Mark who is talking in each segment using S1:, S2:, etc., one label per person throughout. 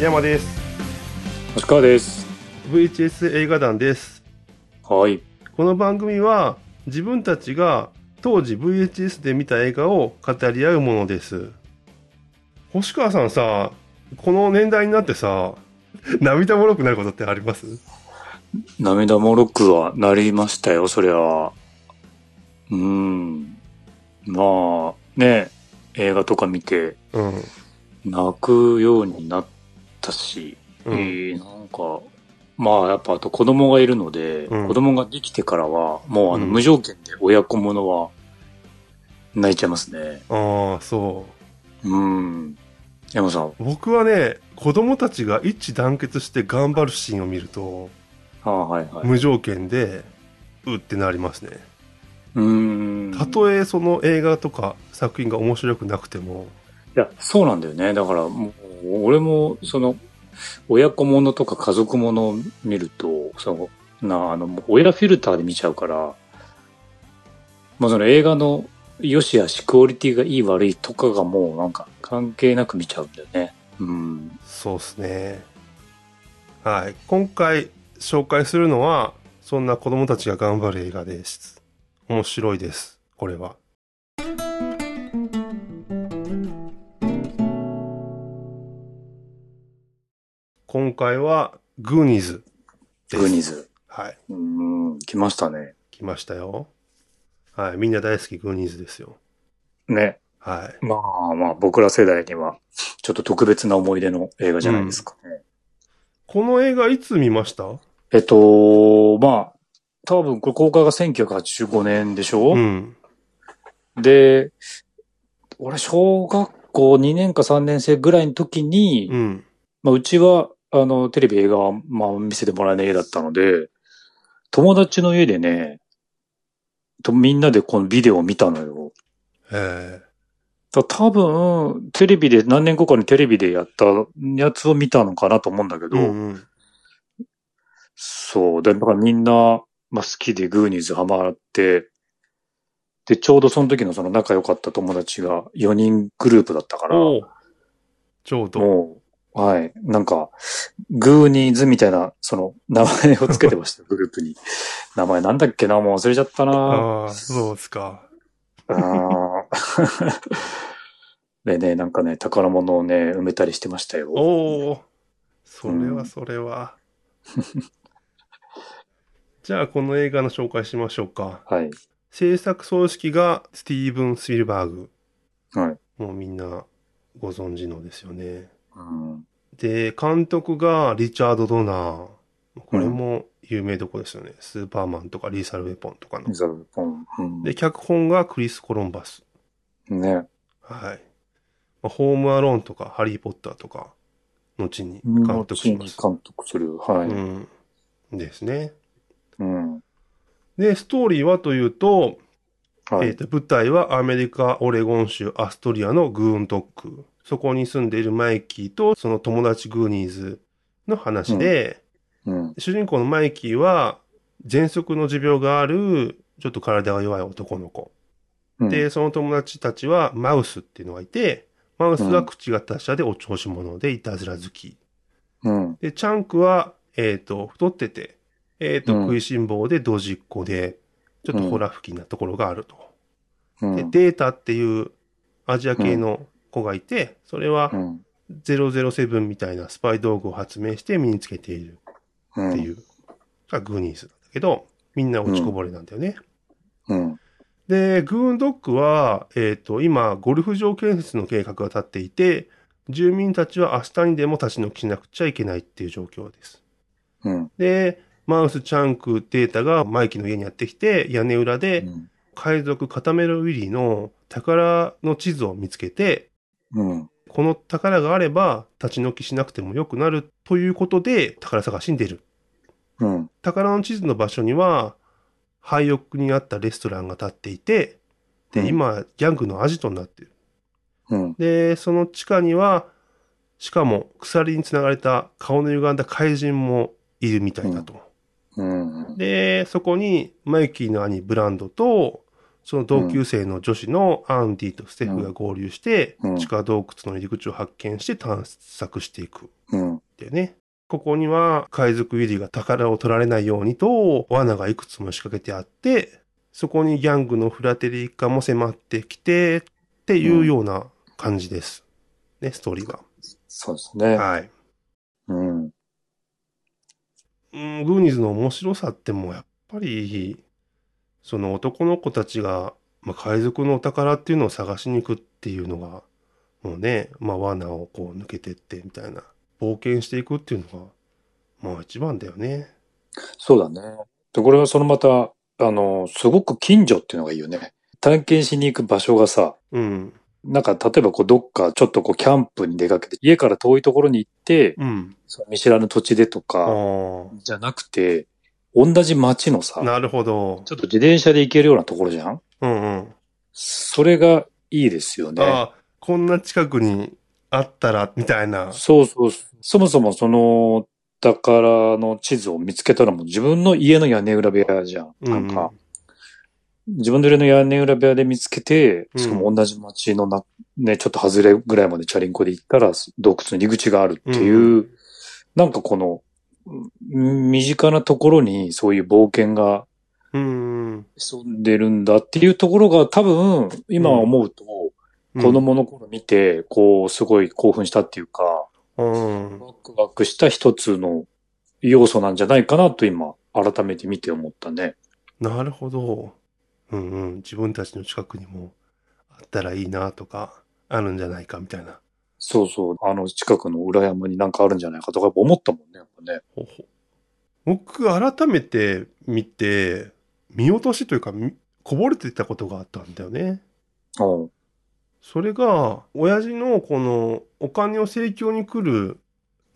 S1: 山です。
S2: 星川です。
S1: VHS 映画団です。
S2: はい。
S1: この番組は自分たちが当時 VHS で見た映画を語り合うものです。星川さんさ、この年代になってさ、 涙もろくなることってあります
S2: 涙もろくはなりましたよ、そりゃ。うーん。まあ、ね、映画とか見て
S1: うん。
S2: 泣くようになったし、
S1: う
S2: え
S1: ん。
S2: ーなんか、まあやっぱあと子供がいるので、
S1: うん
S2: 子供ができてからは、もうあの
S1: うん
S2: 無条件で親子ものは泣いちゃいますね。
S1: ああ、そ
S2: うん。山さん。
S1: う。僕はね、子供たちが一致団結して頑張るシーンを見ると、
S2: ああはいはい。
S1: 無条件で、うってなりますね。
S2: うーん。
S1: たとえその映画とか作品が面白くなくても、
S2: いや、そうなんだよね。だから、もう、俺も、その、親子ものとか家族ものを見ると、その、な、あの、もう親フィルターで見ちゃうから、まあ、その映画の良し悪し、クオリティがいい悪いとかがもう、なんか、関係なく見ちゃうんだよね。うん。
S1: そうですね。はい。今回紹介するのは、そんな子供たちが頑張る映画です。面白いです。これは。今回は、グーニーズで
S2: グーニー
S1: す。
S2: ズ。
S1: はい。
S2: うん、来ましたね。
S1: 来ましたよ。はい。みんな大好きグーニーズですよ。
S2: ね。
S1: はい。
S2: まあまあ、僕ら世代には、ちょっと特別な思い出の映画じゃないですかね。
S1: この映画いつ見ました
S2: えっと、まあ、多分これ公開が1985年でしょ
S1: うん。
S2: で、俺、小学校2年か3年生ぐらいの時に、う
S1: うん。
S2: まあ、うちは、あの、テレビ映画は、まあ、見せてもらえない家だったので、友達の家でね、とみんなでこのビデオを見たのよ。
S1: え
S2: だ多分、テレビで、何年後かにテレビでやったやつを見たのかなと思うんだけ
S1: え
S2: ど、
S1: うん
S2: そう。で、だからみんな、まあ、好きでグーニーズハマって、で、ちょうどその時のその仲良かった友達が4人グループだったから、
S1: おうちょうど。
S2: もう、はい。なんか、グーニーズみたいな、その、名前をつけてま した、グループに。名前なんだっけな、もう忘れちゃったな。
S1: ああ、そうですか。
S2: あー でね、なんかね、宝物をね、埋めたりしてましたよ。
S1: おお。それ
S2: う
S1: は
S2: ん
S1: それは。 じゃあ、この映画の紹介しましょうか。
S2: はい。
S1: 制作総指揮がスティーブン・スィルバーグ。
S2: はい。
S1: もうみんなご存知のですよね。
S2: うん。
S1: で、監督がリチャード・ドナー。これも有名どこですよね。スーパーマンとかリーサル・ウェポンとかの。
S2: ザブポン。うん
S1: で、脚本がクリス・コロンバス。
S2: ね。
S1: はい。まあホームアローンとか、ハリー・ポッターとか、後に監督します。
S2: 監督する。はい。
S1: うん。ですね。
S2: うん。
S1: で、ストーリーはというと、
S2: は
S1: えっ
S2: い。
S1: と、舞台はアメリカ・オレゴン州アストリアのグーンドック。そこに住んでいるマイキーとその友達グーニーズの話で、
S2: うん。
S1: 主人公のマイキーは、喘息の持病がある、ちょっと体が弱い男の子。
S2: うん、
S1: で、その友達たちはマウスっていうのがいて、マウスは口が達者でお調子者でいたずら好き。
S2: うん。
S1: で、チャンクは、えっ、と、太ってて、えっ、と、
S2: うん
S1: 食いしん坊でドジっ子で、ちょっとホラ吹きなところがあると。
S2: うん。
S1: で、データっていうアジア系の子がいて、それは
S2: うん。
S1: 007みたいなスパイ道具を発明して身につけているっていう、がグーニーズなんだけど、みんな落ちこぼれなんだよね。
S2: うん。
S1: で、グーンドックは、えっ、と、今、ゴルフ場建設の計画が立っていて、住民たちは明日にでも立ち退きしなくちゃいけないっていう状況です。
S2: うん。
S1: で、マウス、チャンク、データがマイキの家にやってきて、屋根裏
S2: う
S1: で
S2: ん。
S1: 海賊カタメルウィリーの宝の地図を見つけて、
S2: うん。
S1: この宝があれば立ち退きしなくてもよくなるということで、宝探しに出る。
S2: うん。
S1: 宝の地図の場所には、廃屋にあったレストランが建っていて、で、今、ギャングのアジトになってる。
S2: うん。
S1: で、その地下には、しかも鎖につながれた顔の歪んだ怪人もいるみたいだと。
S2: うん。
S1: で、そこにマイキーの兄ブランドと、その同級生の女子のアンディとステフが合流して、
S2: うん
S1: 地下洞窟の入り口を発見して探索していくん
S2: うん。
S1: だよね。ここには海賊ウィリーが宝を取られないようにと罠がいくつも仕掛けてあって、そこにギャングのフラテリー化も迫ってきてっていうような感じです。ね、ストーリーは。
S2: そうですね。
S1: はい。
S2: うん。
S1: うん、グーニーズの面白さってもうやっぱり、その男の子たちが、まあ、海賊のお宝っていうのを探しに行くっていうのが、もうね、まあ罠をこう抜けてってみたいな、冒険していくっていうのが、まあ一番だよね。
S2: そうだね。で、これはそのまた、あの、すごく近所っていうのがいいよね。探検しに行く場所がさ、
S1: うん、
S2: なんか、例えばこう、どっか、ちょっとこう、キャンプに出かけて、家から遠いところに行って、
S1: うん。
S2: その見知らぬ土地でと
S1: あ
S2: か、
S1: あ、
S2: じゃなくて、同じ町のさ、
S1: なるほど。
S2: ちょっと自転車で行けるようなところじゃん
S1: うんうん。
S2: それがいいですよね。
S1: ああ、こんな近くにあったら、みたいな。
S2: そうそう。そもそもその、宝の地図を見つけたのも自分の家の屋根裏部屋じゃん。なんか、自分の家の屋根裏部屋で見つけて、
S1: うん
S2: しかも同じ町のな、ね、ちょっと外れぐらいまでチャリンコで行ったら洞窟の入り口があるっていう、
S1: う
S2: なんかこの、うん身近なところにそういう冒険が
S1: うん、うん。
S2: 潜んでるんだっていうところが多分、今思うと、子供の頃見て、こう、すごい興奮したっていうか、
S1: うん。うん。
S2: ワクワクした一つの要素なんじゃないかなと今、改めて見て思ったね。
S1: なるほど。うんうん。自分たちの近くにもあったらいいなとか、あるんじゃないかみたいな。
S2: そうそう、あの近くの裏山になんかあるんじゃないかとかやっぱ思ったもんね、やっぱね。
S1: ほほ僕、改めて見て、見落としというか、みこぼれてたことがあったんだよね。
S2: うん。
S1: それが、親父のこの、お金を請求に来る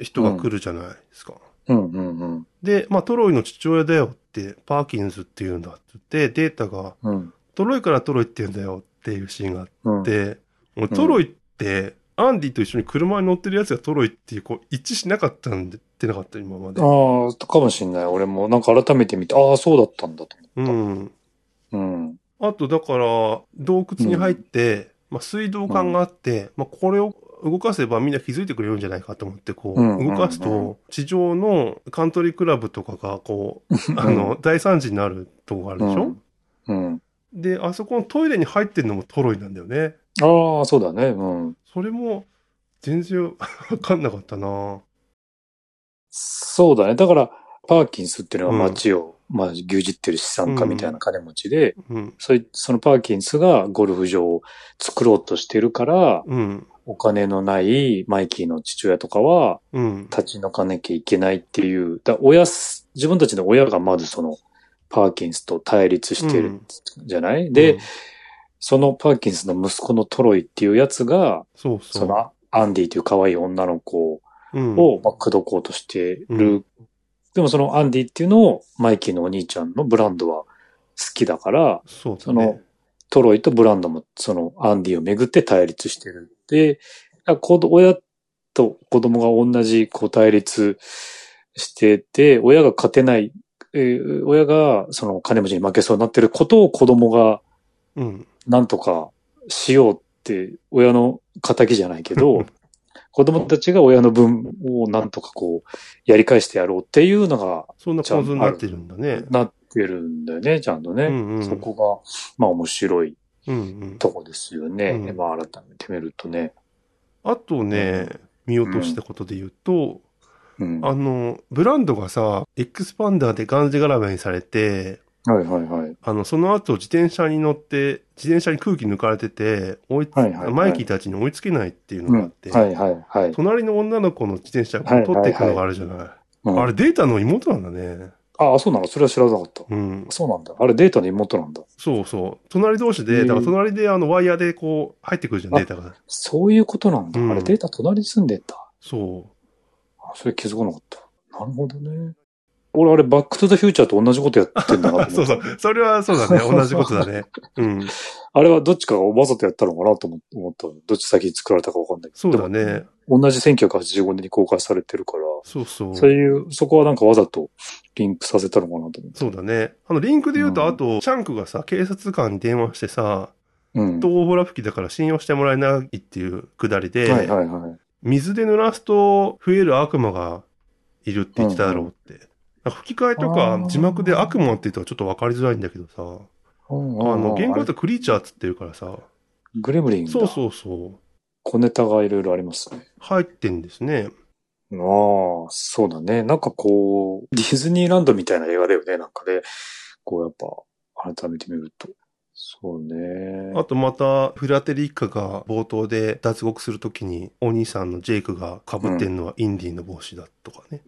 S1: 人が来るじゃないですか。
S2: うんうんうん。
S1: で、まあ、トロイの父親だよって、パーキンズっていうんだって言って、データが、
S2: うん。
S1: トロイからトロイって言うんだよっていうシーンがあって
S2: うん、
S1: で、もうトロイって、アンディと一緒に車に乗ってるやつがトロイっていう、こう、一致しなかったんで、ってなかった、今まで。
S2: ああ、かもしんない。俺もなんか改めて見て、ああ、そうだったんだと
S1: う
S2: 思っ
S1: ん。
S2: た。うん。
S1: あと、だから、洞窟に入って、まあ、水道管があって、まあ、これを動かせばみんな気づいてくれるんじゃないかと思って、こう、
S2: うんうんうん
S1: 動かすと、地上のカントリークラブとかが、こう、あの、大惨事になるとこがあるでしょ、
S2: うん。
S1: で、あそこのトイレに入ってるのもトロイなんだよね。
S2: ああ、そうだね。うん。
S1: それも、全然わかんなかったな
S2: そうだね。だから、パーキンスっていうのは街を、まあ、牛耳ってる資産家みたいな金持ちで、
S1: うん。
S2: そいそのパーキンスがゴルフ場を作ろうとしてるから、
S1: うん。
S2: お金のないマイキーの父親とかは
S1: うん。
S2: 立ち退かなきゃいけないっていう、だ親す、自分たちの親がまずそのパーキンスと対立して
S1: う
S2: る
S1: ん
S2: じゃない、で、
S1: うん
S2: そのパーキンスの息子のトロイっていうやつが、
S1: そうそう。
S2: そのアンディという可愛い女の子
S1: うん、
S2: をまあ口説こうとしてる。
S1: うん
S2: でもそのアンディっていうのをマイキーのお兄ちゃんのブランドは好きだから、
S1: そうだ
S2: そ
S1: ね
S2: の。トロイとブランドもそのアンディをめぐって対立してる。で、あ子供親と子供が同じこう対立してて、親が勝てない、えー親がその金持ちに負けそうになってることを子供が
S1: うん。
S2: なんとかしようって、親の仇じゃない けど、子供たちが親の分をなんとかこう、やり返してやろうっていうのが、
S1: そんな構図になってるんだね。
S2: なってるんだよね、ちゃんとね。
S1: うんうん
S2: そこが、まあ面白い
S1: うんうん。
S2: とこですよね。
S1: うん
S2: まあ改めて見るとね。
S1: あとね、見落としたことで言うと、
S2: うん。は
S1: あの、ブランドがさ、エクスパンダーでがんじがらめにされて、
S2: いはいはい。
S1: あの、その後自転車に乗って、自転車に空気抜かれてて、追いつ
S2: はいはいはい
S1: マイキーたちに追いつけないっていうの
S2: う
S1: があっ
S2: ん
S1: て、
S2: はいはいはい。
S1: 隣の女の子の自転車をこう取っていくのがあるじゃない。
S2: うん
S1: あれデータの妹なんだね。
S2: ああ、そうなのそれは知らなかった。
S1: うん。
S2: そうなんだ。あれデータの妹なんだ。
S1: そうそう。隣同士
S2: へ
S1: で、
S2: え
S1: だから隣であのワイヤーでこう入ってくるじゃん、
S2: あ
S1: データが。
S2: そういうことなんだ。
S1: うん
S2: あれデータ隣に住んでた。
S1: そう。
S2: あそれ気づかなかった。なるほどね。俺あれバックトゥザフューチャーと同じことやってんだな
S1: あ
S2: と
S1: そうそ
S2: 思って。
S1: う。それはそう だね。同じことだね。うん。
S2: あれはどっちかがわざとやったのかなと思思った。どっち先に作られたかわかんないけど。
S1: そうだ
S2: でも
S1: ね。
S2: 同じ1985年に公開されてるから、
S1: そうそう。
S2: そういう、そこはなんかわざとリンクさせたのかなと思って。
S1: そうだね。あの、リンクで言うと、
S2: うん
S1: あと、シャンクがさ、警察官に電話してさ、
S2: うん。
S1: 東方ラ吹きだから信用してもらえないっていうくだりで、
S2: はいはいはい。
S1: 水で濡らすと増える悪魔がいるって言ってただろうって。なんか吹き替えと
S2: あ
S1: か
S2: ー
S1: 字幕で悪魔って言ったらちょっとわかりづらいんだけどさ、
S2: あ
S1: あの、原稿だと
S2: と
S1: クリーチャーっつってるからさ、
S2: グレムリンだ。
S1: そうそうそう、
S2: 小ネタがいろいろありますね。
S1: 入ってんですね。
S2: ああ、そうだね。なんかこう、ディズニーランドみたいな映画だよね、なんかで、こうやっぱ、改めて見ると。そうね。
S1: あとまた、フラテリッカが冒頭で脱獄するときに、お兄さんのジェイクが被ってんのはインディの帽子だとかね。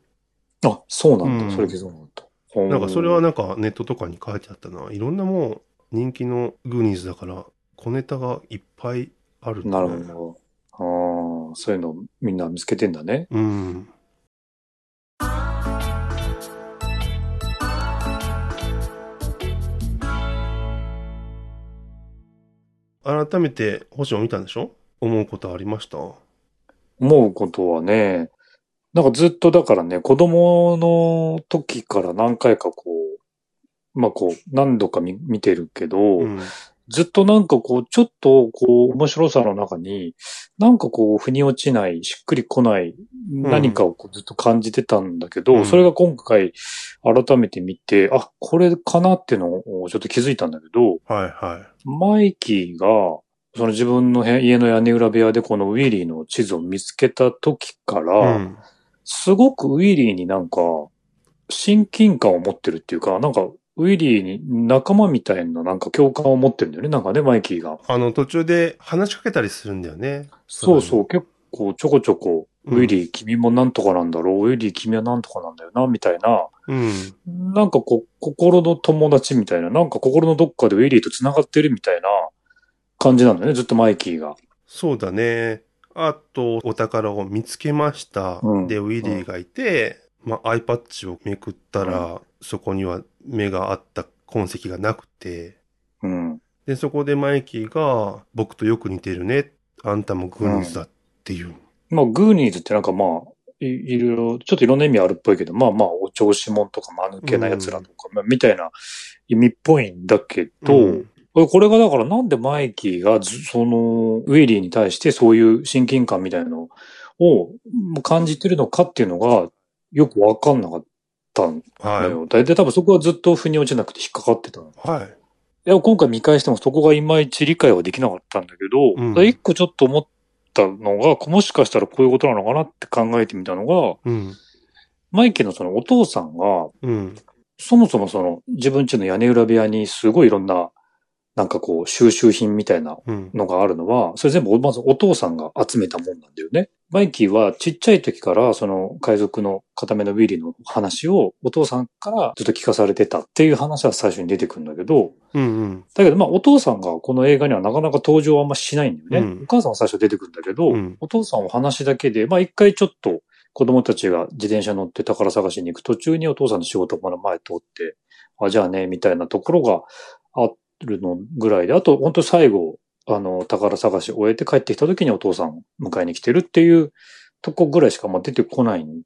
S2: あ、そうなんだ。
S1: うん
S2: それ気づかなかった。
S1: なんかそれは
S2: ね、
S1: なんかネットとかに書いてあったな。いろんなもう人気のグーニーズだから、小ネタがいっぱいあるん
S2: な
S1: だ
S2: る
S1: ね
S2: ほど。ああ、そういうのみんな見つけてんだね。
S1: うん。改めて星を見たんでしょ思うことありました
S2: 思うことはね、なんかずっとだからね、子供の時から何回かこう、まあこう、何度か見見てるけど、
S1: うん。
S2: ずっとなんかこう、ちょっとこう、面白さの中に、なんかこう、腑に落ちない、しっくりこない、何かをこうずっと感じてたんだけど、
S1: うん
S2: それが今回、改めて見て、あ、これかなっていうのをちょっと気づいたんだけど、
S1: はいは
S2: マイキーが、その自分の部家の屋根裏部屋でこのウィリーの地図を見つけた時から、
S1: い。うん。
S2: すごくウィリーになんか、親近感を持ってるっていうか、なんか、ウィリーに仲間みたいななんか共感を持ってるんだよね。なんかね、マイキーが。
S1: あの、途中で話しかけたりするんだよね。
S2: そう
S1: そ
S2: そう、結構ちょこちょこ、
S1: うん
S2: ウィリー君もなんとかなんだろう、ウィリー君はなんとかなんだよな、みたいな、
S1: うん。
S2: なんかこう、心の友達みたいな、なんか心のどっかでウィリーと繋がってるみたいな感じなんだよね、ずっとマイキーが。
S1: そうだね。あと、お宝を見つけました。
S2: うん
S1: で、ウィリーがいて、まあ、アイパッチをめくったら、そこには目があった痕跡がなくて、
S2: うん。
S1: で、そこでマイキーが、僕とよく似てるね。あんたもグーニーズだっていう。
S2: まあ、グーニーズってなんかまあ、いいろいろ、ちょっといろんな意味あるっぽいけど、まあまあ、お調子者とか、間抜けな奴らとか、まあみたいな意味っぽいんだけど、
S1: うん
S2: これがだからなんでマイキーがず、その、ウィリーに対してそういう親近感みたいなのを感じてるのかっていうのがよくわかんなかったんだ
S1: は
S2: よ。大体多分そこはずっと腑に落ちなくて引っかかってたの。
S1: い。はい。
S2: いや、今回見返してもそこがいまいち理解はできなかったんだけど、
S1: うん
S2: だから一個ちょっと思ったのが、こもしかしたらこういうことなのかなって考えてみたのが、
S1: うん。
S2: マイケルのそのお父さんが、
S1: うん。
S2: そもそもその自分家の屋根裏部屋にすごいいろんな、なんかこう収集品みたいな
S1: うん。
S2: のがあるのは、それ全部まずお父さんが集めたもんなんだよね。マイキーはちっちゃい時からその海賊の固めのウィリーの話をお父さんからずっと聞かされてたっていう話は最初に出てくるんだけど、
S1: うん。うん。
S2: だけどまあお父さんがこの映画にはなかなか登場はあんましないんだよね。
S1: うん
S2: お母さんは最初出てくるんだけど、
S1: うん
S2: お父さんは話だけで、まあ一回ちょっと子供たちが自転車乗って宝探しに行く途中にお父さんの仕事場の前通って、あ、じゃあね、みたいなところがあるのぐらいで、あと本当最後、あの、宝探し終えて帰ってきた時にお父さん迎えに来てるっていうとこぐらいしかまあ出てこないん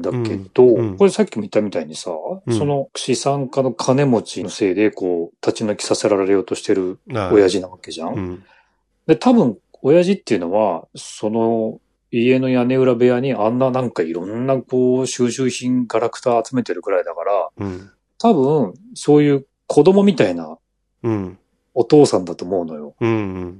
S2: だけど、
S1: んうん
S2: これさっきも言ったみたいにさ、
S1: ん
S2: その資産家の金持ちのせいでこう立ち退きさせられようとしてる
S1: はい
S2: 親父なわけじゃん。
S1: うん。
S2: で、多分、親父っていうのは、その、家の屋根裏部屋にあんななんかいろんなこう、収集品、ガラクタ集めてるくらいだから、
S1: うん。
S2: 多分、そういう子供みたいな
S1: うん。
S2: お父さんだと思うのよ。
S1: うん。う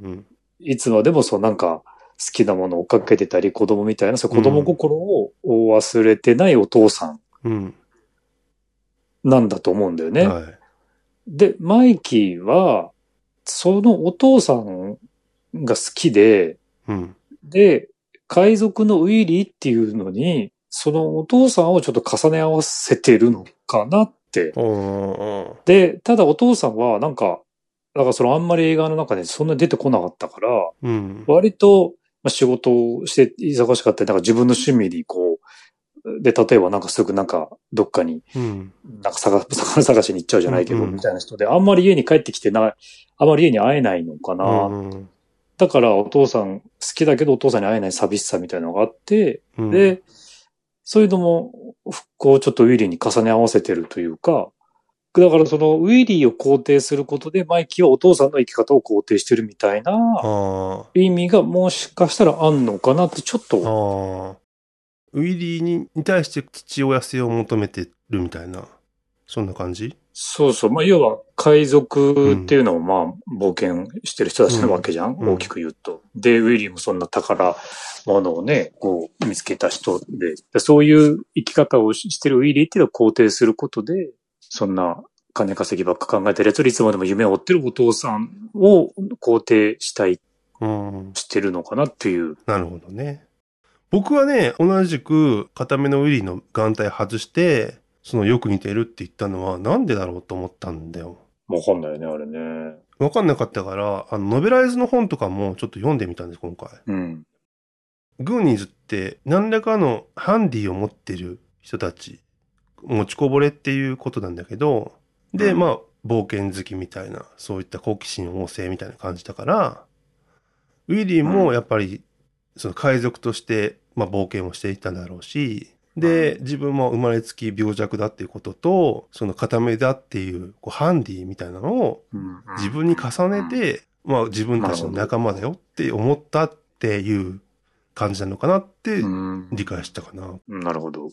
S1: ん。
S2: いつまでもそうなんか、好きなものを追っかけてたり、子供みたいな、そう子供心を忘れてないお父さん
S1: うん。
S2: なんだと思うんだよ
S1: う
S2: ね。
S1: ん。はい。
S2: で、マイキーは、そのお父さんが好きで、
S1: うん。
S2: で、海賊のウィリーっていうのに、そのお父さんをちょっと重ね合わせてるのかなって。
S1: あー
S2: で、ただお父さんはなんか、だからそのあんまり映画の中でそんなに出てこなかったから、
S1: うん。
S2: 割とまあ仕事をして忙しかったり、なんか自分の趣味にこう、で、例えばなんかすぐなんかどっかに
S1: うん。
S2: なんか探 魚探しに行っちゃうじゃないけど、
S1: うんうん
S2: みたいな人で、あんまり家に帰ってきてない、あんまり家に会えないのかな
S1: うん。
S2: だからお父さん、好きだけどお父さんに会えない寂しさみたいなのがあって、
S1: うん。
S2: で、そういうのも復興をちょっとウィリーに重ね合わせてるというか、だからそのウィリーを肯定することでマイキーはお父さんの生き方を肯定してるみたいな
S1: ああ。
S2: 意味がもしかしたらあんのかなってちょっ
S1: あ
S2: と、
S1: あ。ウィリーにに対して父親性を求めてるみたいな。そんな感じ
S2: そうそう、まあ要は海賊っていうのをまあ冒険してる人たちなわけじゃん、
S1: うん
S2: 大きく言うと。で、ウィリーもそんな宝物をね、こう見つけた人で、でそういう生き方をししてるウィリーっていうのを肯定することで、そんな金稼ぎばっか考えてるやつよりいつまでも夢を追ってるお父さんを肯定したい
S1: うん。
S2: してるのかなっていう。
S1: なるほどね。僕はね、同じく、固めのウィリーの眼帯外して、そのよく似てるって言ったのは、なんでだろうと思ったんだよ。
S2: わかんないよね、あれね。
S1: わかんなかったから、あの、ノベライズの本とかもちょっと読んでみたんです、今回。
S2: うん。
S1: グーニーズって何らかのハンディを持ってる人たち、持ちこぼれっていうことなんだけど、で、
S2: うん
S1: まあ、冒険好きみたいな、そういった好奇心旺盛みたいな感じだから、ウィリーもやっぱり、その海賊として、まあ、冒険をしていったんだろうし、で、自分も生まれつき病弱だっていうことと、その固めだっていう、こう、ハンディみたいなのを
S2: うん
S1: 自分に重ねて、まあ自分たちの仲間だよって思ったっていう感じなのかなって
S2: うん
S1: 理解したかな。
S2: なるほど。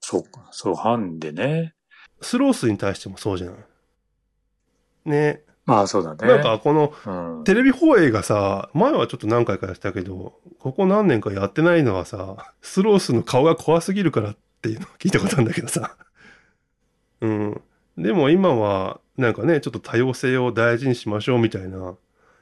S2: そうか。そう、ハンデね。
S1: スロースに対してもそうじゃない。ね。
S2: まあ、そうだね。
S1: なんかこの
S2: うん、
S1: テレビ放映がさ、前はちょっと何回かやってたけど、ここ何年かやってないのはさ、スロースの顔が怖すぎるからっていうのを聞いたことあるんだけどさ。 うん。でも今は、なんかね、ちょっと多様性を大事にしましょうみたいな、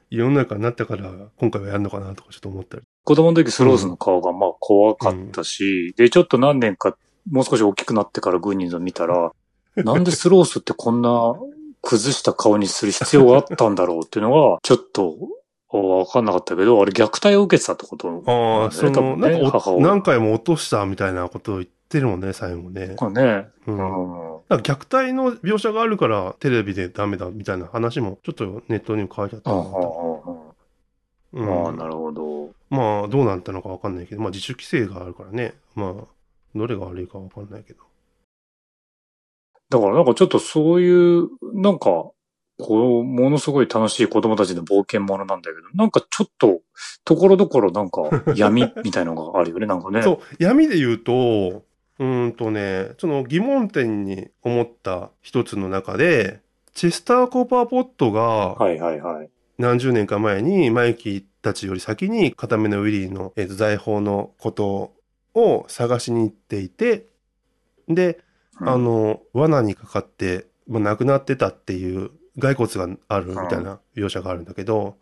S1: 世の中になったから、今回はやるのかなとかちょっと思ったり。
S2: 子供の時スロースの顔がまあ怖かったし、で、ちょっと何年か、もう少し大きくなってからグーニーズを見 たら、なんでスロースってこんな崩した顔にする必要があったんだろうっていうのが、ちょっと、わかんなかったけど、あれ虐待を受けてたってことなんだよね
S1: ああ、そ
S2: 多
S1: の、
S2: 分
S1: な
S2: ね、
S1: んか
S2: 母
S1: お、
S2: 親
S1: 何回も落としたみたいなことを言ってるもんね、最後ね。
S2: かね。
S1: うん。
S2: う
S1: なん
S2: ん。
S1: か虐待の描写があるから、テレビでダメだみたいな話も、ちょっとネットにも書いてあった
S2: あ
S1: な
S2: あああ
S1: とう
S2: ああああ、
S1: ん
S2: なるほど。
S1: まあ、どうなったのかわかんないけど、まあ、自主規制があるからね。まあ、どれが悪いかわかんないけど。
S2: だからなんかちょっとそういう、なんか、こう、ものすごい楽しい子供たちの冒険ものなんだけど、なんかちょっと、ところどころな んか闇みたいなのがあるよね、なんかね。
S1: そう、闇で言うと、うーんとね、その疑問点に思った一つの中で、チェスター・コーパーポットが、
S2: はいはいはい。
S1: 何十年か前にマイキーたちより先に片目のウィリーの、えーと財宝のことを探しに行っていてで、
S2: うん
S1: あの罠にかかって、まあ、亡くなってたっていう骸骨があるみたいな描写があるんだけど、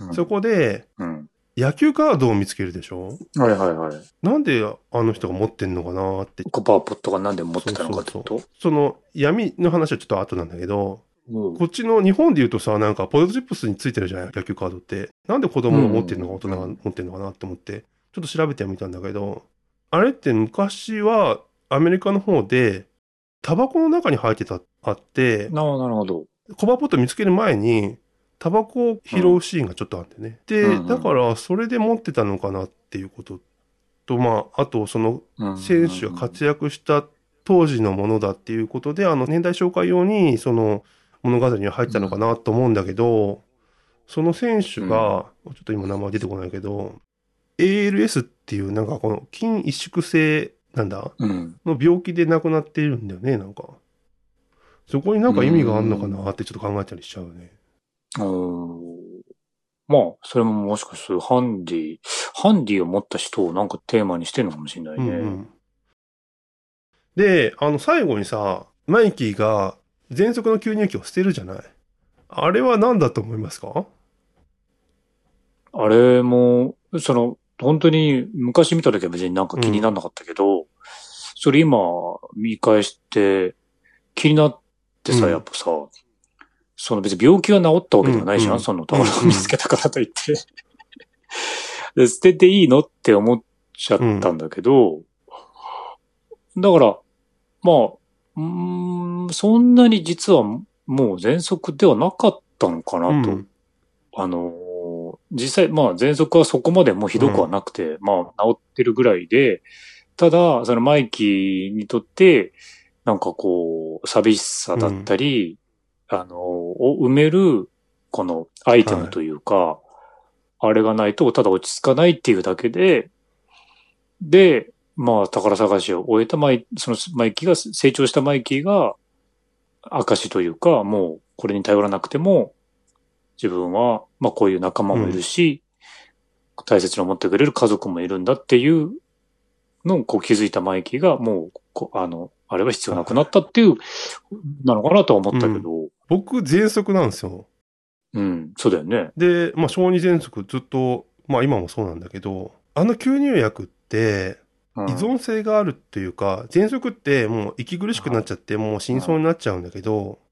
S2: うん
S1: そこで
S2: うん。
S1: 野球カードを見つけるでしょ
S2: はいはいはい。
S1: なんであの人が持ってんのかなって
S2: コパーポットが何で持ってたのかってこと
S1: その闇の話はちょっと後なんだけど
S2: うん
S1: こっちの日本で言うとさ、なんかポテトチップスについてるじゃない野球カードって。なんで子供が持ってるのか、
S2: うん
S1: 大人が持ってるのかなって思って、ちょっと調べてみたんだけど、あれって昔はアメリカの方で、タバコの中に入ってた、あって、
S2: なあなるほど。
S1: コバポット見つける前に、タバコを拾うシーンがちょっとあってね。で、
S2: うんうん
S1: だからそれで持ってたのかなっていうことと、まあ、あとその
S2: うん
S1: 選手が活躍した当時のものだっていうことで、あの年代紹介用にその物語には入ったのかなと思うんだけど、その選手が、ちょっと今名前出てこないけど、ALS っていうなんかこの筋萎縮性なんだ
S2: うん。
S1: の病気で亡くなっているんだよね、なんか。そこになんか意味があるのかなってちょっと考えたりしちゃうね。
S2: うん。まあ、それももしかするハンディ、ハンディを持った人をなんかテーマにしてるのかもしれない
S1: うん
S2: ね。
S1: うん、で、あの最後にさ、マイキーが喘息の吸入器を捨てるじゃない。あれは何だと思いますか
S2: あれも、その、本当に昔見た時は別になんか気にならなかったけど、それ今見返して気になってさ、
S1: うん
S2: やっぱさ、その別に病気が治ったわけではないじゃん、
S1: うんうん
S2: その宝を見つけたからといって、 で捨てていいのって思っちゃったんだけど、だから、まあ、うーん、そんなに実はもう喘息ではなかったのかなと。
S1: うん
S2: あのー実際、まあ、喘息はそこまでもうひどくはなくて、まあ、治ってるぐらいで、ただ、そのマイキーにとって、なんかこう、寂しさだったり、あの、を埋める、このアイテムというか、あれがないと、ただ落ち着かないっていうだけで、で、まあ、宝探しを終えたマイ、そのマイキーが、成長したマイキーが、証というか、もう、これに頼らなくても、自分は、まあ、こういう仲間もいるし、大切に思ってくれる家族もいるんだっていうのをこう気づいたマイキーが、もうこ、あの、あれは必要なくなったっていう、なのかなとは思ったけど、
S1: 僕、喘息なんですよ。
S2: うん、そうだよね。
S1: で、まあ、小児喘息ずっと、まあ、今もそうなんだけど、あの吸入薬って、
S2: うん
S1: 依存性があるっていうか、喘息ってもう息苦しくなっちゃって、もう真相になっちゃうんだけど、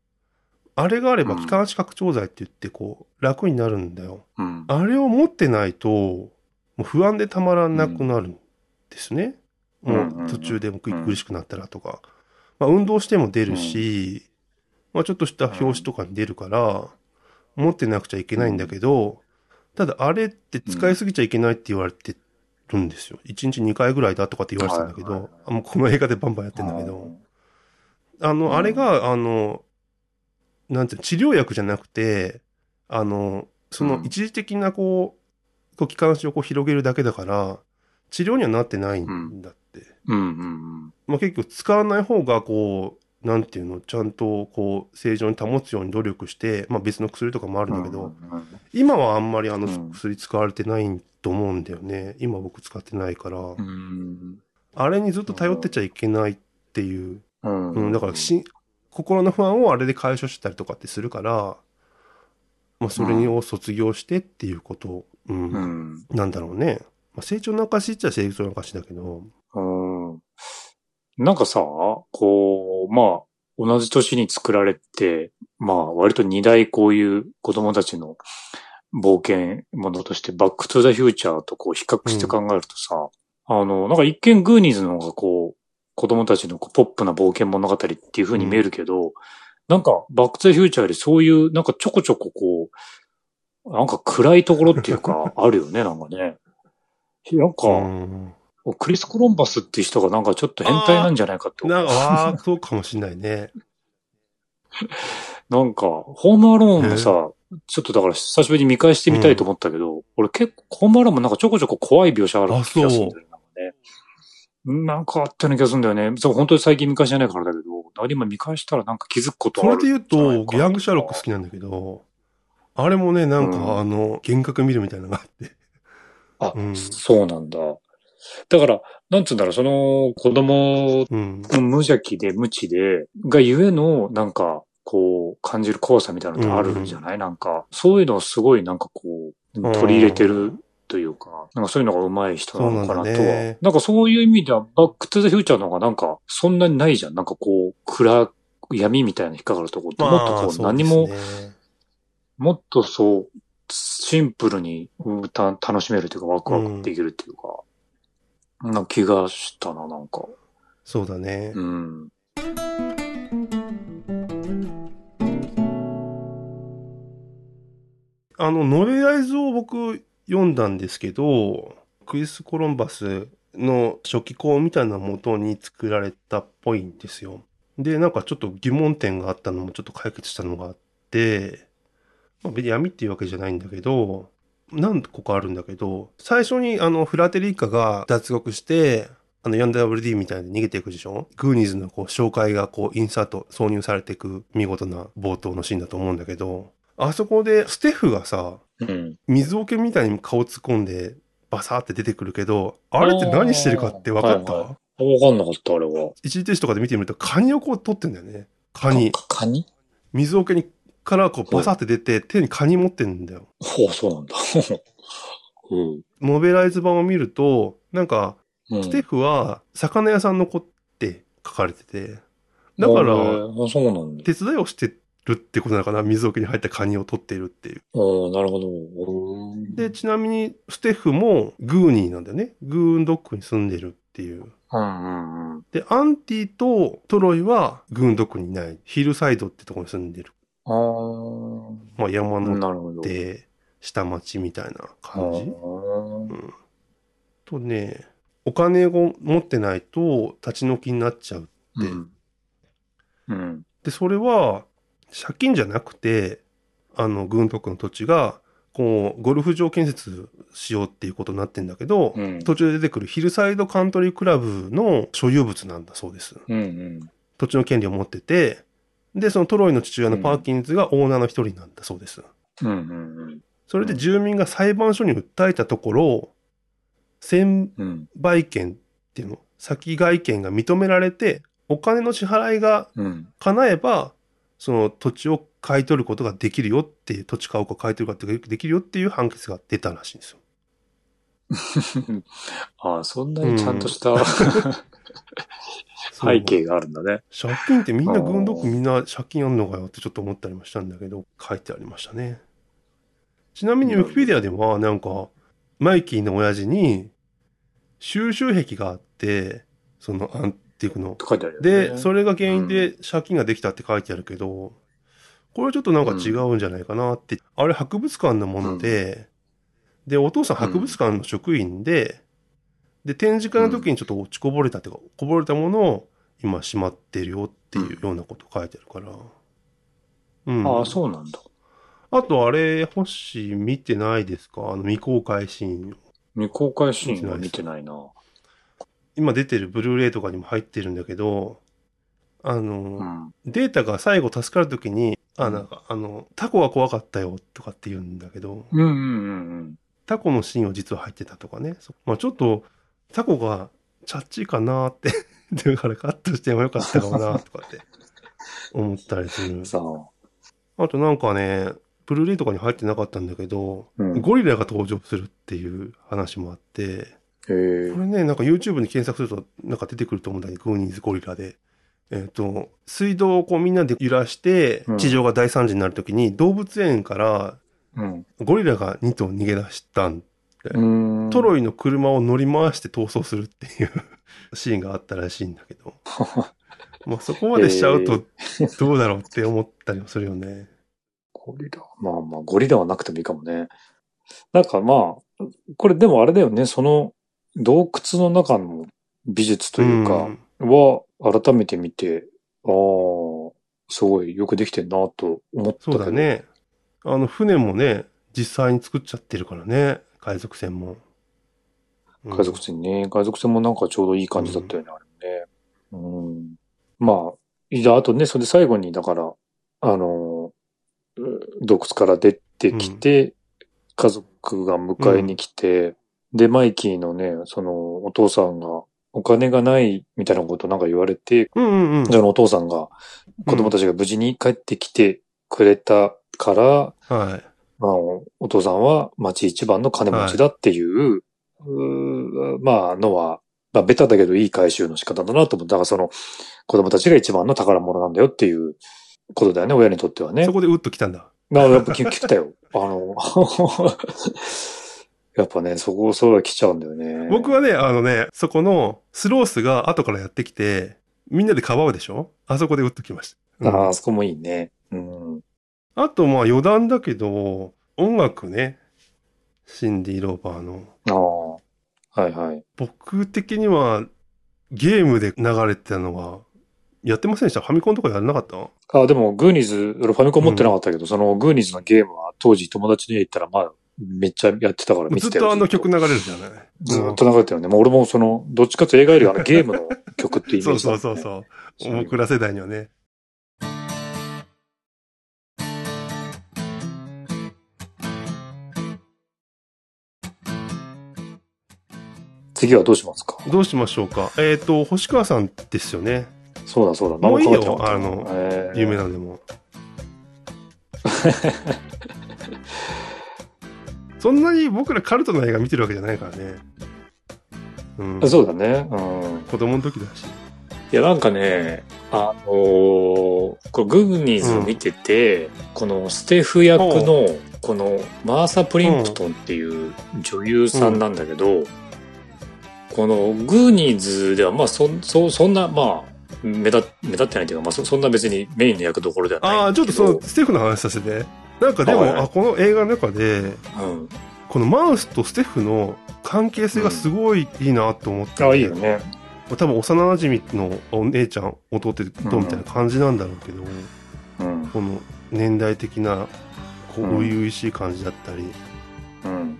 S1: あれがあれば
S2: うん
S1: 気管支拡張剤って言って、こう、楽になるんだよ。
S2: うん。
S1: あれを持ってないと、もう不安でたまらなくなるんですね。
S2: うんうんうん
S1: もう途中でも息苦しくなったらとか。まあ、運動しても出るし、まあ、ちょっとした表紙とかに出るから、持ってなくちゃいけないんだけど、ただあれって使いすぎちゃいけないって言われてるんですよ。1日2回ぐらいだとかって言われてたんだけ
S2: はいはい
S1: ど、あもうこの映画でバンバンやってんだけど。あ
S2: うん
S1: の、あれが、あの、なんていうの治療薬じゃなくて、あの、そうの
S2: ん
S1: 一時的なこう、こう気管支をこう広げるだけだから、治療にはなってないんだって。
S2: うんうん
S1: まあ結局使わない方がこう、なんていうの、ちゃんとこう、正常に保つように努力して、まあ別の薬とかもあ
S2: う
S1: るん
S2: ん。
S1: だけど、
S2: うんうん
S1: 今はあんまりあ
S2: うん
S1: の薬使われてないと思うんだよね。今僕使ってないから、
S2: うん、
S1: あれにずっと頼ってちゃいけないっていう
S2: うん。
S1: うん、だからし、心の不安をあれで解消したりとかってするから、まあ、それを卒業してっていうこと、うん、
S2: うん。
S1: なんだろうね。まあ、成長の証っちゃ成長の証だけど、
S2: うん。なんかさ、こう、まあ、同じ年に作られて、まあ、割と二大こういう子供たちの冒険ものとして、バックトゥザフューチャーとこう比較して考えるとさ、あの、なんか一見グーニーズの方がこう、子供たちのこうポップな冒険物語っていう風に見えるけど、なんかバックトゥザフューチャーよりそういう、なんかちょこちょここう、なんか暗いところっていうか、 あるよね、なんかね。なんか、
S1: うん、
S2: クリス・コロンバスっていう人がなんかちょっと変態なんじゃないかって思う
S1: なんか、わあ、そうかもしんないね。
S2: なんか、ホームアローンもさ、ちょっとだから久しぶりに見返してみたいと思ったけど、俺結構、ホームアローンもなんかちょこちょこ怖い描写ある気がするんだよね。なんかあったような気がするんだよね。そう、本当に最近見返してないからだけど、だから今見返したらなんか気づくこと
S1: そ
S2: あ
S1: れ
S2: る
S1: で言うと、
S2: ヤ
S1: ヤングシャーロック好きなんだけど、あれもね、なんか、
S2: うん
S1: あの、幻覚見るみたいなのがあって。
S2: あ、
S1: うん
S2: そうなんだ。だから、なんつうんだろう、その子供
S1: うん。
S2: 無邪気で無知で、がゆえの、なんか、こう、感じる怖さみたいなのってあるんじゃない、なんか、そういうのをすごいなんかこう、
S1: ん
S2: 取り入れてるというか、なんかそういうのが上手い人なのかな
S1: そうなん
S2: とは。なん
S1: だね
S2: かそういう意味では、バックトゥザフューチャーの方がなんか、そんなにないじゃん。なんかこう、暗、闇みたいな引っかかるとこって、もっとこう、
S1: そう
S2: 何
S1: です
S2: も、
S1: ね
S2: もっとそう、シンプルにうんた楽しめるというか、ワクワクできるというか、なんか気がしたな、なんか。
S1: そうだね。
S2: うん。
S1: あの、ノベライズを僕読んだんですけど、クリス・コロンバスの初期稿みたいなのを元に作られたっぽいんですよ。で、なんかちょっと疑問点があったのもちょっと解決したのがあって、まあ、別に闇っていうわけじゃないんだけど、何個かあるんだけど、最初にあの、フラテリッカが脱獄して、あの、4WD みたいに逃げていくでしょグーニーズのこう、紹介がこう、インサート、挿入されていく見事な冒頭のシーンだと思うんだけど、あそこでステフがさ、
S2: うん。
S1: 水桶みたいに顔突っ込んで、バサーって出てくるけど、あれって何してるかって分かった、
S2: はいはわかんなかった、あれは。
S1: 一時停止とかで見てみると、カニをこう取ってんだよね。カニ。
S2: かカニ
S1: 水桶にからこうバサーって出て、手にカニ持ってんだよ。
S2: ほう、そうな んだ。うん。
S1: モベライズ版を見ると、なんか、
S2: うん
S1: ステフは魚屋さんの子って書かれてて、だか
S2: あ
S1: ら、
S2: あそうなんだ。
S1: 手伝いをしてるってことなのかな水桶に入ったカニを取っているっていう。
S2: うん、なるほど。うん
S1: で、ちなみに、ステフもグーニーなんだよね。グーンドックに住んでるっていう。
S2: うんうんうん。
S1: で、アンティとトロイは軍独にいない。ヒルサイドってとこに住んでる。
S2: ああ
S1: まあ山
S2: ー、
S1: の
S2: なるほど。
S1: 手、下町みたいな
S2: あ
S1: 感じ。
S2: ー
S1: とね、お金を持ってないと立ち退きになっちゃう。で
S2: うん。うん。
S1: で、それは、借金じゃなくて、あの、軍徳の土地が、こう、ゴルフ場建設しようっていうことになってんだけど、
S2: うん。
S1: 途中で出てくるヒルサイドカントリークラブの所有物なんだそうです。
S2: うん。うん。
S1: 土地の権利を持ってて、で、そのトロイの父親のパーキンズがオーナーの一人なんだそうです。
S2: うん。うん。
S1: それで住民が裁判所に訴えたところ、先
S2: うん。
S1: 売権っていうの、先外権が認められて、お金の支払いが
S2: うん。
S1: 叶えば、その土地を買い取ることができるよっていう、土地家屋を買い取ることができるよっていう判決が出たらしいんですよ。
S2: ああ、そんなにちゃんとした、
S1: そう
S2: 背景があるんだね。
S1: 借金ってみんな軍読みんな借金あんのかよってちょっと思ったりもしたんだけど、書いてありましたね。ちなみにウィキペディアではなんか、マイキーの親父に収集癖があって、そのアンティークの。
S2: と書いてあるよね。
S1: で、それが原因で借金ができたって書いてあるけど、これちょっとなんか違うんじゃないかなって。あれ博物館のもので、で、お父さん博物館の職員で、で、展示会の時にちょっと落ちこぼれたっていうか、こぼれたものを今しまってるよっていうようなこと書いてあるから。うん。
S2: ああ、そうなんだ。
S1: あとあれ、星見てないですかあの未公開シーン。
S2: 未公開シーンは見てないな。
S1: 今出てるブルーレイとかにも入ってるんだけど、あの、
S2: うん。
S1: データが最後助かるときに、あ、なんか、あの、タコが怖かったよとかって言うんだけど、
S2: うんうんうんうん。
S1: タコのシーンを実は入ってたとかね。そまあちょっと、タコがチャッチーかなーって、 だからカットしてもよかったかもなーとかって思ったりする。
S2: さあ。
S1: あとなんかね、ブルーレイとかに入ってなかったんだけど、
S2: うん、
S1: ゴリラが登場するっていう話もあって、
S2: へえ
S1: これね、なんか YouTube に検索するとなんか出てくると思うんだけど、グーニーズゴリラで。えっ、と、水道をこうみんなで揺らして
S2: うん、
S1: 地上が大惨事になるときに、動物園から
S2: うん。
S1: ゴリラが2頭逃げ出したん。
S2: うん。
S1: トロ
S2: イ。
S1: イの車を乗り回して逃走するっていう シーンがあったらしいんだけ ど。まあそこまでしちゃうと どうだろうって思ったりもするよね。
S2: ゴリラ。まあまあ、ゴリラはなくてもいいかもね。なんかまあ、これでもあれだよね、その洞窟の中の美術というか、
S1: ん
S2: は改めて見て、ああ、すごいよくできてんなと思ったけ
S1: そ
S2: ど。
S1: うだ。ね。あの船もね、実際に作っちゃってるからね。海賊船も。うん
S2: 海賊船ね。海賊船もなんかちょうどいい感じだったよね、あれもね。うん。まあ、いや、あとね、それで最後に、だから、あのー、う洞窟から出てきて、家族が迎えに来て、で、マイキーのね、その、お父さんが、お金がないみたいなことなんか言われて、
S1: うんうんうん。
S2: そのお父さんが、子供たちが無事に帰ってきてくれたから、
S1: はい。
S2: まあ、おお父さんは町一番の金持ちだっていう、うーまあ、のは、まあ、ベタだけどいい回収の仕方だなと思って、だからその、子供たちが一番の宝物なんだよっていうことだよね、親にとってはね
S1: そ。こでウッと来たんだ。
S2: なやっぱ聞聞きた よ。あの、 やっぱね、そこ、それは来ちゃうんだよね。
S1: 僕はね、あのね、そこのスロースが後からやってきて、みんなでかばうでしょあそこでウッときました。うん
S2: ああ、そこもいいね。うん。
S1: あと、まあ余談だけど、音楽ね。シンディ・ローバーの。
S2: ああ。はいはい。
S1: 僕的には、ゲームで流れてたのは、やってませんでしたファミコンとかやらなかった
S2: あ、でも、グーニーズ、俺ファミコン持ってなかったけど、その、グーニーズのゲームは当時友達の家行ったら、まあ、めっちゃやってたから見
S1: ず
S2: て
S1: った
S2: よ
S1: とあの曲流れるじゃない
S2: ず
S1: う
S2: っ
S1: ん
S2: と流れてるよね。もう俺もその、どっちかというと映画より はあのゲームの曲ってイメ
S1: そ
S2: ー
S1: う
S2: ジだ
S1: そ
S2: も
S1: うん
S2: ね、
S1: そうそう。
S2: そういう
S1: 僕ら世代にはね。
S2: 次はどうしますか
S1: どうしましょうかえっ、と、星川さんですよね。
S2: そうだそうだ。
S1: もういいよ
S2: 何考えてなかった
S1: あの
S2: えー
S1: 有名なのでも。 そんなに僕らカルトの映画見てるわけじゃないからね。うん。
S2: そうだね。うん。
S1: 子供の時だし。
S2: いや、なんかね、あのーこれグーニーズを見てて、このステフ役の、このマーサ・プリンプトンっていう女優さんなんだけど、このグーニーズでは、まあ、そ、そ、そんな、まあ、目立目立ってないというか、まあそ、そんな別にメインの役どころではない
S1: ああ、
S2: ん
S1: ちょ
S2: だ
S1: っとそ
S2: けど。
S1: のステフの話させて。なんかでも、
S2: はいはい
S1: あこの映画の中で、
S2: うん。
S1: ここのマウスとステッフの関係性がすごいいいなと思って、
S2: あ、いいよね。
S1: 多分幼馴染のお姉ちゃん弟とみたいな感じなんだろうけど、
S2: うん。
S1: この年代的なこう
S2: うん
S1: 初々しい感じだったり、
S2: うん。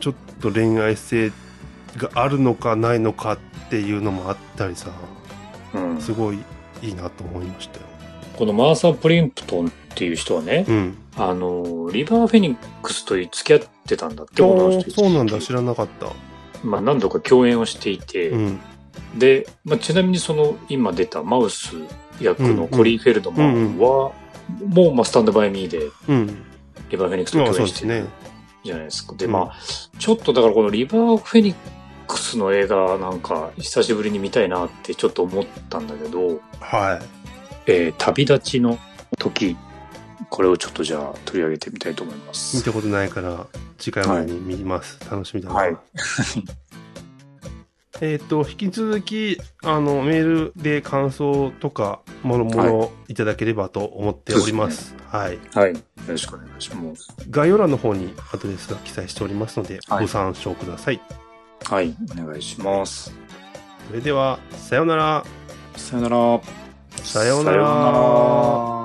S1: ちょっと恋愛性があるのかないのかっていうのもあったりさ
S2: うん。
S1: すごいいいなと思いましたよ。
S2: このマーサー・プリンプトンっていう人はね、
S1: うん、
S2: あの、リバー・フェニックスと付き合ってたんだって、この
S1: お
S2: 人。
S1: ーそうなんだ知らなかった。
S2: まあ、何度か共演をしていて、
S1: うん
S2: で、まあ、ちなみにその、今出たマウス役のコリー・フェルドマンは、もう、まあ、スタンド・バイ・ミーで、
S1: うん、
S2: リバー・フェニックスと
S1: まあ
S2: 共
S1: そう
S2: 演
S1: で
S2: し
S1: す
S2: てる
S1: ね。
S2: じゃないですか。で、
S1: うん
S2: まあ、ちょっとだからこのリバー・フェニックスの映画なんか、久しぶりに見たいなってちょっと思ったんだけど、
S1: は
S2: えー旅立ちの時、これをちょっとじゃあ取り上げてみたいと思いま
S1: い見
S2: す。
S1: たことないから次回までに見ます、楽しみだな。
S2: はい
S1: えっと引き続きあのメールで感想とかもろもろいただければと思っております。はい
S2: はい。よろしくお願いします。
S1: 概要欄の方にアドレスが記載しておりますので、
S2: はい
S1: ご参照ください。
S2: はい。お願いします。
S1: それでは、さようなら。
S2: さよなら。
S1: さようなら
S2: さようなら